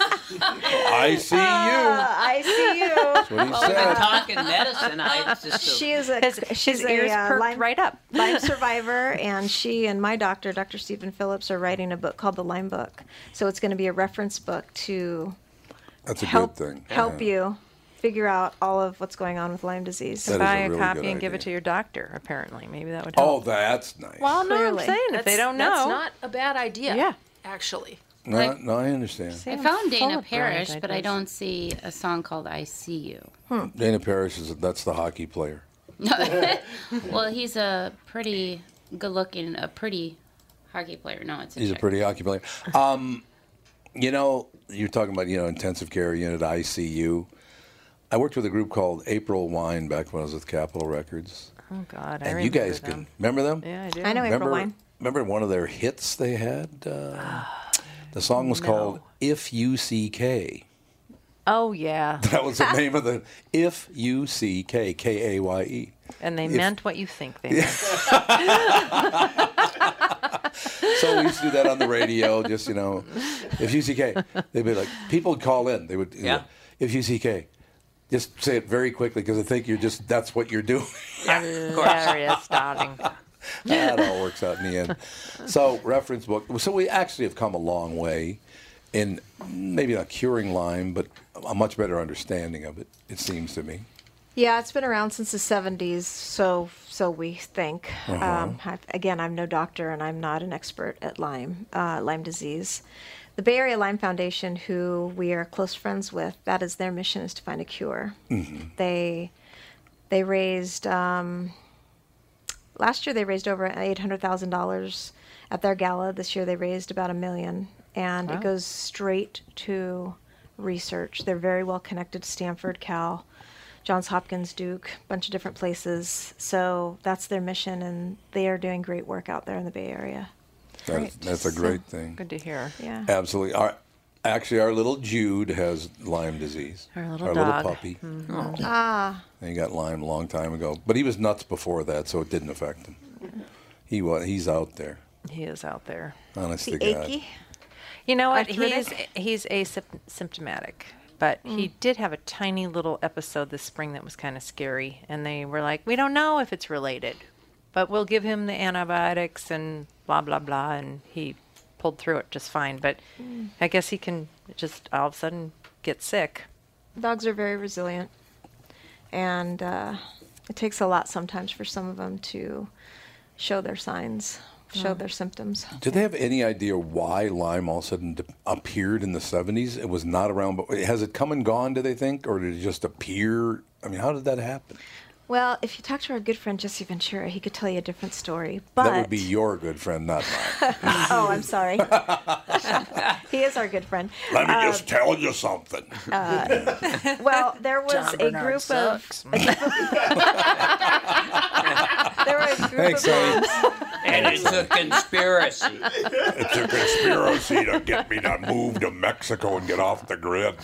I see you. Uh, I see you. That's what he Well, we've been talking medicine. I just she is a His- she's his ears a, uh, perked Lyme, right up. Lyme survivor, and she and my doctor, Dr. Stephen Phillips, are writing a book called The Lyme Book. So it's going to be a reference book to that's a help good thing. help Yeah. you figure out all of what's going on with Lyme disease. That is a Buy a really copy good and give it idea. to your doctor. Apparently, maybe that would help. Oh, that's nice. Well, no, I'm Clearly. saying if they That's- don't know, that's not a bad idea. Yeah. actually. No, no, I understand. I I'm found full Dana of Parrish, brilliant but I ideas. don't see a song called "I See You." Dana Parrish is that's the hockey player. well, he's a pretty good-looking, a pretty hockey player. No, it's a He's a chick. pretty hockey player. Um, you know, you're talking about you know intensive care unit, ICU. I worked with a group called April Wine back when I was with Capitol Records. Oh God, I and remember you guys them. can remember them. Yeah, I do. I know April remember, Wine. Remember one of their hits they had? Uh, the song was called "If You See K." Oh yeah, That was the name of the "If You See K K A Y E." and they If- meant what you think they meant. So we used to do that on the radio, just you know, if UCK, they'd be like, people would call in. They would, yeah. If UCK, just say it very quickly because I think you're just that's what you're doing. Hilarious, darling. that all works out in the end. So reference book. So we actually have come a long way in maybe not curing Lyme, but a much better understanding of it. It seems to me. Yeah, it's been around since the 70s, so so we think. Uh-huh. Um, I, again, I'm no doctor and I'm not an expert at Lyme, uh, Lyme disease. The Bay Area Lyme Foundation, who we are close friends with, that is their mission is to find a cure. Mm-hmm. They they raised um, last year they raised over eight hundred thousand dollars at their gala. This year they raised about a million, and Wow. it goes straight to research. They're very well connected to Stanford, Cal, Johns Hopkins, Duke, a bunch of different places. So that's their mission, and they are doing great work out there in the Bay Area. That's, that's a great thing. Good to hear. Yeah. Absolutely. Our, actually, our little Jude has Lyme disease. Our little our dog. little puppy. Mhm. Ah. And he got Lyme a long time ago, but he was nuts before that, so it didn't affect him. He was, he's out there. He is out there. Honest to God. You know what? He's Arthritic? he's asymptomatic, but he did have a tiny little episode this spring that was kind of scary, and they were like, "We don't know if it's related, but we'll give him the antibiotics and blah blah blah," and he pulled through it just fine. But Mm. I guess he can just all of a sudden get sick. Dogs are very resilient, and uh, it takes a lot sometimes for some of them to show their signs, show Yeah. their symptoms. Do they have any idea why Lyme all of a sudden de- appeared in the 70s? It was not around, but has it come and gone, do they think? Or did it just appear? I mean, how did that happen? Well, if you talk to our good friend Jesse Ventura, he could tell you a different story. But That would be your good friend, not mine. oh, I'm sorry. he is our good friend. Let me Uh, Um, just tell you something. uh, well, there was John a Bernard group sucks. of. there were a group Thanks, of Amy. moms. And it's a conspiracy. It's a conspiracy to get me to move to Mexico and get off the grid.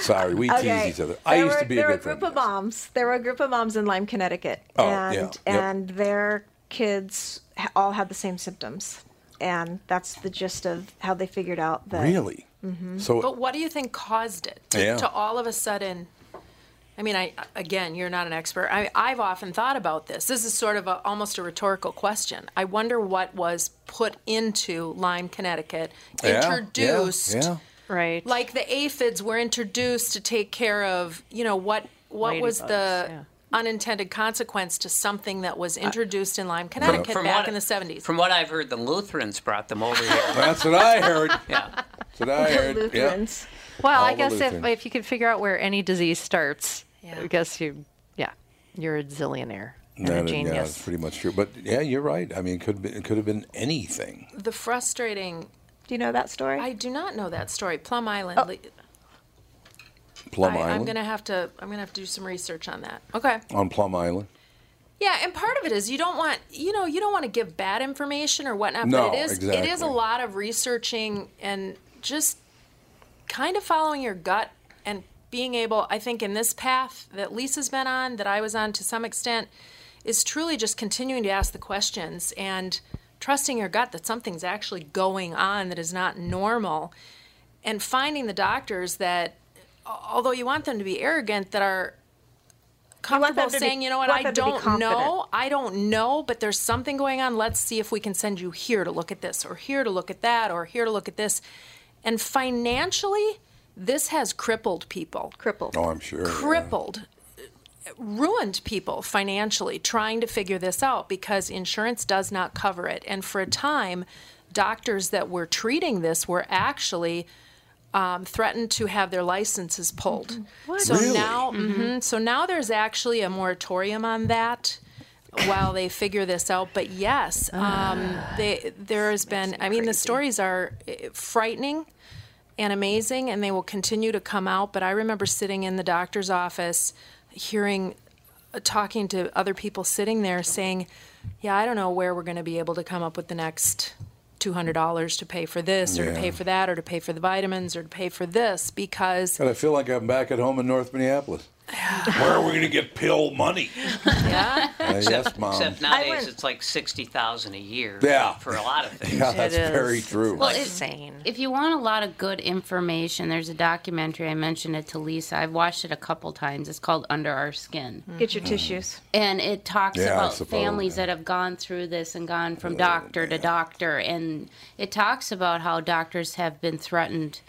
Sorry, we Okay. tease each other. I there used were, to be there a were good friend. group of moms. There were a group of moms in Lyme, Connecticut, Oh, yeah, and yep. and their kids ha- all had the same symptoms, and that's the gist of how they figured out that. Really? Mhm. So- Mm-hmm. but what do you think caused it Yeah. to all of a sudden? I mean, I again, you're not an expert. I, I've often thought about this. This is sort of a, almost a rhetorical question. I wonder what was put into Lyme, Connecticut, Yeah, yeah, introduced. yeah. Right. Like the aphids were introduced to take care of, you know, what what was Ladybugs, the unintended consequence to something that was introduced in Lyme, Connecticut from what- back in the 70s. From what I've heard, the Lutherans brought them over here. That's what I heard. Yeah. That's what I heard. yeah. Well, All I the guess if, Lutherans. if you could figure out where any disease starts, I guess you, yeah, you're a zillionaire and That a is- yeah, genius. that's pretty much true. But yeah, you're right. I mean, it could be, it could have been anything. The frustrating. Do you know that story? Oh. I do not know that story. Plum Island. Le- Plum I, am Island. gonna have to. I'm gonna have to do some research on that. Okay. On Plum Island. Yeah, and part of it is you don't want. You know, you don't want to give bad information or whatnot. No, but it is. It is exactly. a lot of researching and just kind of following your gut and being able. I think in this path that Lisa's been on, that I was on to some extent, is truly just continuing to ask the questions and trusting your gut that something's actually going on that is not normal and finding the doctors that although you want them to be arrogant that are comfortable them to be- saying you know what you want i them to be don't confident." know i don't know but there's something going on let's see if we can send you here to look at this or here to look at that or here to look at this and financially this has crippled people crippled Oh, I'm sure. crippled ruined people financially trying to figure this out because insurance does not cover it. And for a time, doctors that were treating this were actually um, threatened to have their licenses pulled. Mm-hmm. What? So Really? Mm-hmm. now, mhm, so now there's actually a moratorium on that. While they figure this out, but yes, Ah. um, they, there has been. I mean, the stories are eh, frightening and amazing, and they will continue to come out. But I remember sitting in the doctor's office, hearing, uh, talking to other people sitting there saying, Yeah, I don't know where we're going to be able to come up with the next $200 to pay for this, or to Yeah. pay for that, or to pay for the vitamins, or to pay for this, because God, I feel like I'm back at home in North Minneapolis. Where are we going to get pill money? Uh, yes, Except, mom. except nowadays, it's like sixty thousand a year. Yeah. For a lot of things. Yeah, that's very true. Well, if- If you want a lot of good information, there's a documentary. I mentioned it to Lisa. I've watched it a couple times. It's called Under Our Skin. Mm-hmm. Get your tissues. And it talks Mm. Yeah, Uh, I about suppose, families that have gone through this and gone from doctor to doctor. And it talks about how doctors have been threatened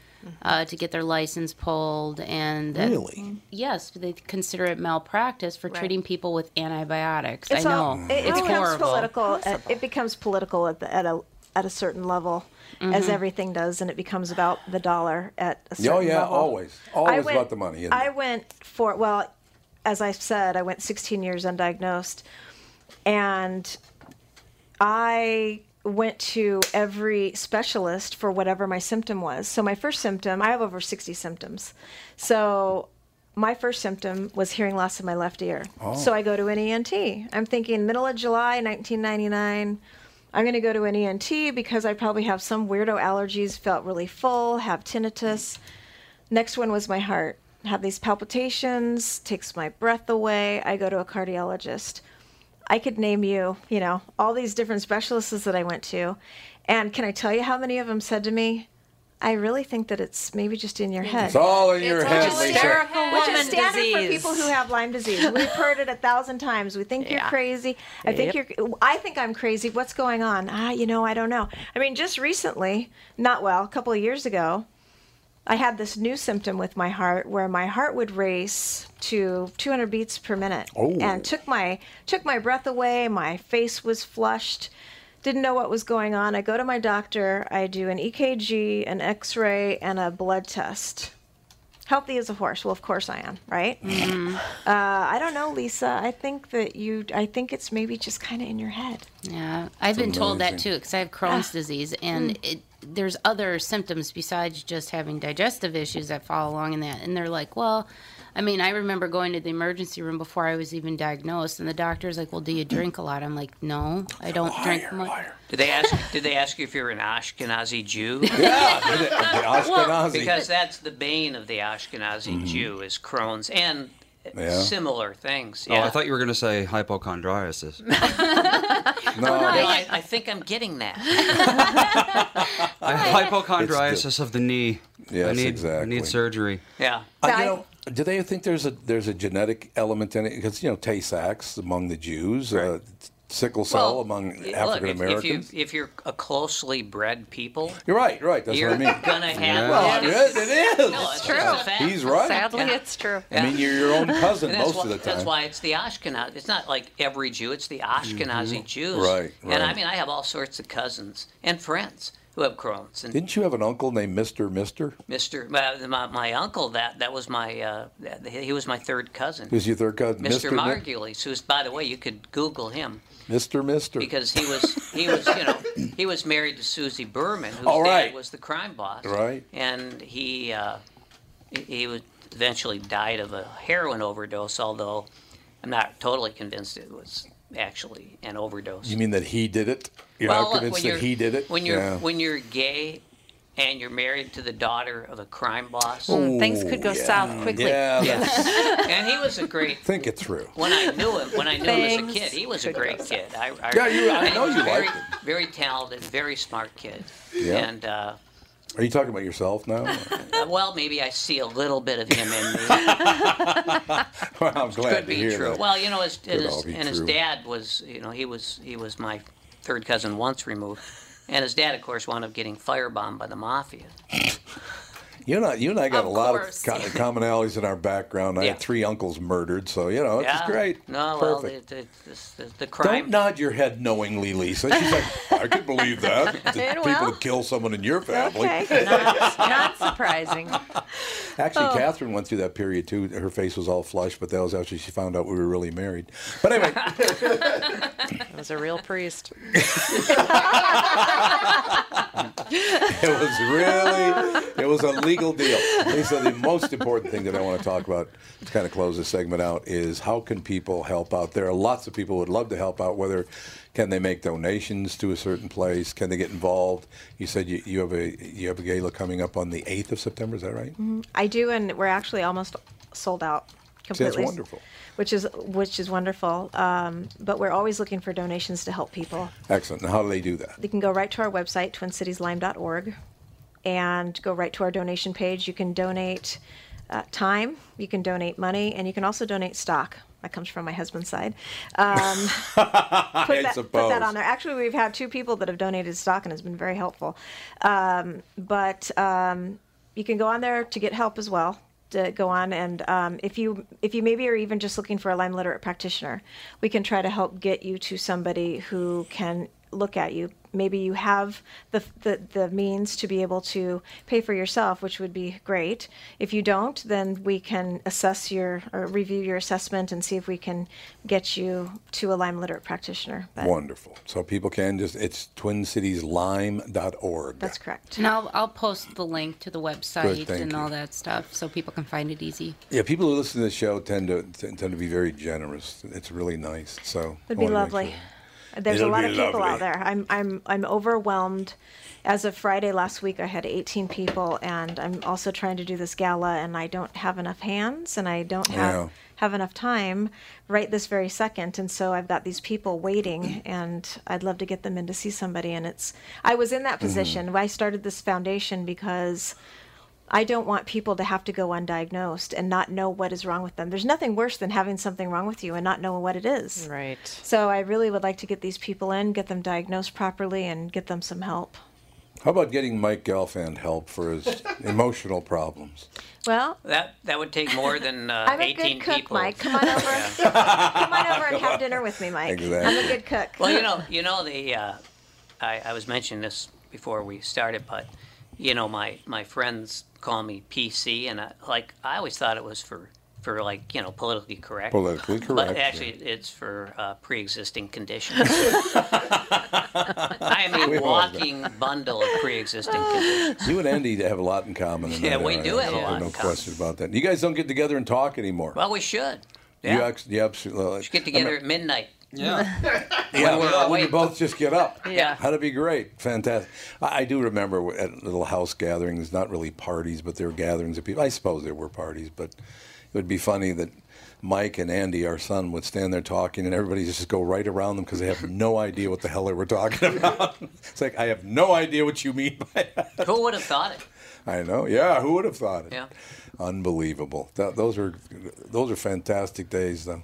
uh, to get their license pulled. And that- Mm-hmm. Really? Yes, they consider it malpractice for treating people with antibiotics. It's I know. all. It, it it's becomes horrible. political. At, it becomes political at the, at a at a certain level, as Mhm. everything does, and it becomes about the dollar at a Oh, certain yeah, level. always. I Always about the money, isn't I it? went for well, as I said, I went 16 years undiagnosed, and I went to every specialist for whatever my symptom was. So my first symptom, I have over 60 symptoms. So my first symptom was hearing loss in my left ear. Oh. So I go to an ENT. I'm thinking middle of July 1999. I'm going to go to an ENT because I probably have some weirdo allergies, felt really full, have tinnitus. Next one was my heart. Have these palpitations, takes my breath away. I go to a cardiologist. I could name you, you know, all these different specialists that I went to. And can I tell you how many of them said to me, I really think that it's maybe just in your head. It's all in your head, just Lisa. standard- Which is woman standard for disease. people who have Lyme disease. We've heard it a thousand times. We think you're Yeah. crazy. I think Yep. you're. I think I'm crazy. What's going on? Ah, you know, I don't know. I mean, just recently, not well, a couple of years ago, I had this new symptom with my heart where my heart would race to 200 beats per minute Oh. and took my took my breath away. My face was flushed. Didn't know what was going on. I go to my doctor. I do an EKG, an X-ray, and a blood test. Healthy as a horse. Well, of course I am, right? Uh, I don't know, Lisa. I think that you. I think it's maybe just kind of in your head. Yeah, I've been It's told that amazing. too because I have Crohn's disease, and it, there's other symptoms besides just having digestive issues that follow along in that. And they're like, well, I mean, I remember going to the emergency room before I was even diagnosed, and the doctor's like, "Well, do you drink a lot?" I'm like, "No, I don't drink much." Did they ask? did they ask you if you're an Ashkenazi Jew? Yeah, did it- the Ashkenazi. Mm-hmm. because that's the bane of the Ashkenazi Jew is Crohn's and Yeah. similar things. Oh, Yeah. I thought you were going to say hypochondriasis. Oh, no, I- I, I think I'm getting that. I have hypochondriasis of the knee. I Yes, need, I exactly. need surgery. Yeah. Uh, you know, do they think there's a there's a genetic element in it? Because you know, Tay Sachs among the Jews, uh, sickle cell among Look, African if- if, you, Americans. if you're a closely bred people, You're right. You're right. That's you're what I mean. gonna have. Well, this. it is. No, it's true. Just a fact. He's right. it's true. I mean, you're your own cousin And that's most of why- the time. That's why it's the Ashkenazi. It's not like every Jew. It's the Ashkenazi Jews. Mm-hmm. Right, right. And I mean, I have all sorts of cousins and friends who have Crohn's. And Didn't you have an uncle named Mister Mister? Mr. My, my, my uncle, that that was my uh, that- he was my third cousin. Who's your third cousin? Mr. Mi- Margulies, who's by the way, you could Google him Mr. Mister. because he was he was you know he was married to Susie Berman, whose All right. dad was the crime boss. Right. And he uh, he- he was eventually died of a heroin overdose, although I'm not totally convinced it was actually an overdose. You mean that he did it? You're Well, not look, convinced when that you're- he did it? When you're Yeah. when you're gay and you're married to the daughter of a crime boss, Mm, things could go yeah. south quickly. Yeah, and he was a great. Think it through. When I knew him, when I knew him Things as a kid, he was a could go great south. kid. I, I, Yeah, you- I and he know was you very, liked Very talented, very smart kid. Yeah. And uh, Are you talking about yourself now? uh, well, maybe I see a little bit of him in me. Well, I'm glad Could to be hear true. that. Well, you know, his, Could and, all his, be and his true. dad was, you know, he was he was my third cousin once removed, and his dad, of course, wound up getting firebombed by the mafia. You and I, you and I got Of a lot course. of co- commonalities in our background. I Yeah. had three uncles murdered, so you know it's yeah. Oh, great. No, well, the, Perfect. the, the, the, the crime. Don't nod your head knowingly, Lisa. She's like, I could believe that. The Well. people that kill someone in your family. not, not surprising. Actually, Oh. Catherine went through that period too. Her face was all flushed, but that was after she found out we were really married. But anyway, It was a real priest. it was really it was a legal deal. Lisa, the most important thing that I want to talk about to kind of close this segment out is how can people help out? There are lots of people who would love to help out. Whether can they make donations to a certain place? Can they get involved? You said you, you have a you have a gala coming up on the eighth of September. Is that right? Mhm. I do, and we're actually almost sold out See, that's completely. wonderful. Which is which is wonderful. Um, but we're always looking for donations to help people. Excellent. Now, how do they do that? They can go right to our website, twincitieslime.org, and go right to our donation page. You can donate uh, time, you can donate money, and you can also donate stock. That comes from my husband's side. Um, put, I that, put suppose. that on there. Actually, we've had two people that have donated stock and it's been very helpful. Um, but um, you can go on there to get help as well. To go on and um, if you if you maybe are even just looking for a Lyme literate practitioner, we can try to help get you to somebody who can look at you. Maybe you have the, the the means to be able to pay for yourself, which would be great. If you don't, then we can assess your or review your assessment and see if we can get you to a Lyme literate practitioner. But Wonderful. So people can just it's twincitieslime.org. that's correct. And I'll, I'll post the link to the website thank and all you. that stuff so people can find it easy. Yeah, people who listen to the show tend to tend to be very generous. It's really nice. So It'd I be wanna make lovely. sure. There's It'll a lot be of people lovely. out there. I'm I'm I'm overwhelmed. As of Friday last week, I had 18 people, and I'm also trying to do this gala, and I don't have enough hands, and I don't have Yeah. have enough time right this very second, and so I've got these people waiting, and I'd love to get them in to see somebody. And it's I was in that position. I started this foundation because. I don't want people to have to go undiagnosed and not know what is wrong with them. There's nothing worse than having something wrong with you and not knowing what it is. Right. So I really would like to get these people in, get them diagnosed properly, and get them some help. How about getting Mike Gelfand help for his emotional problems? Well, That that would take more than uh, I'm a 18 good cook, people. Mike. Come on over. Come on over and have dinner with me, Mike. I'm a Exactly. good cook. Well, you know, you know the. Uh, I, I was mentioning this before we started, but you know, my my friends call me PC, and I, like I always thought it was for for like you know politically correct. Politically correct, But yeah. actually, it's for uh, pre-existing conditions. I am We a all walking bundle of pre-existing conditions. You and Andy have a lot in common. In Yeah, that we area. do have a There's lot No in common. question about that. You guys don't get together and talk anymore. Well, we should. You, Yeah. actually, you absolutely Get together at midnight. Yeah, When we're well, when you awake. both just get up. Yeah. That'd be great. Fantastic. I, I do remember at little house gatherings, not really parties, but there were gatherings of people. I suppose there were parties, but it would be funny that Mike and Andy, our son, would stand there talking and everybody just go right around them because they have no idea what the hell they were talking about. it's like, I have no idea what you mean by Who would have thought it? I know. Yeah, who would have thought it? Yeah. Unbelievable. Th those are those are fantastic days, though.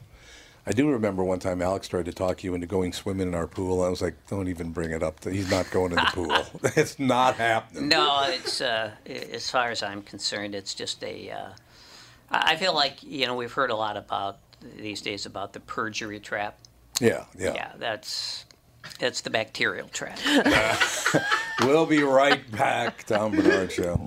I do remember one time Alex tried to talk you into going swimming in our pool. I was like, "Don't even bring it up. He's not going in the pool. it's not happening." No, it's uh, a- as far as I'm concerned, it's just a. Uh, I I feel like you know we've heard a lot about these days about the perjury trap. Yeah, yeah. that's that's the bacterial trap. we'll be right back. Tom Bernard Show.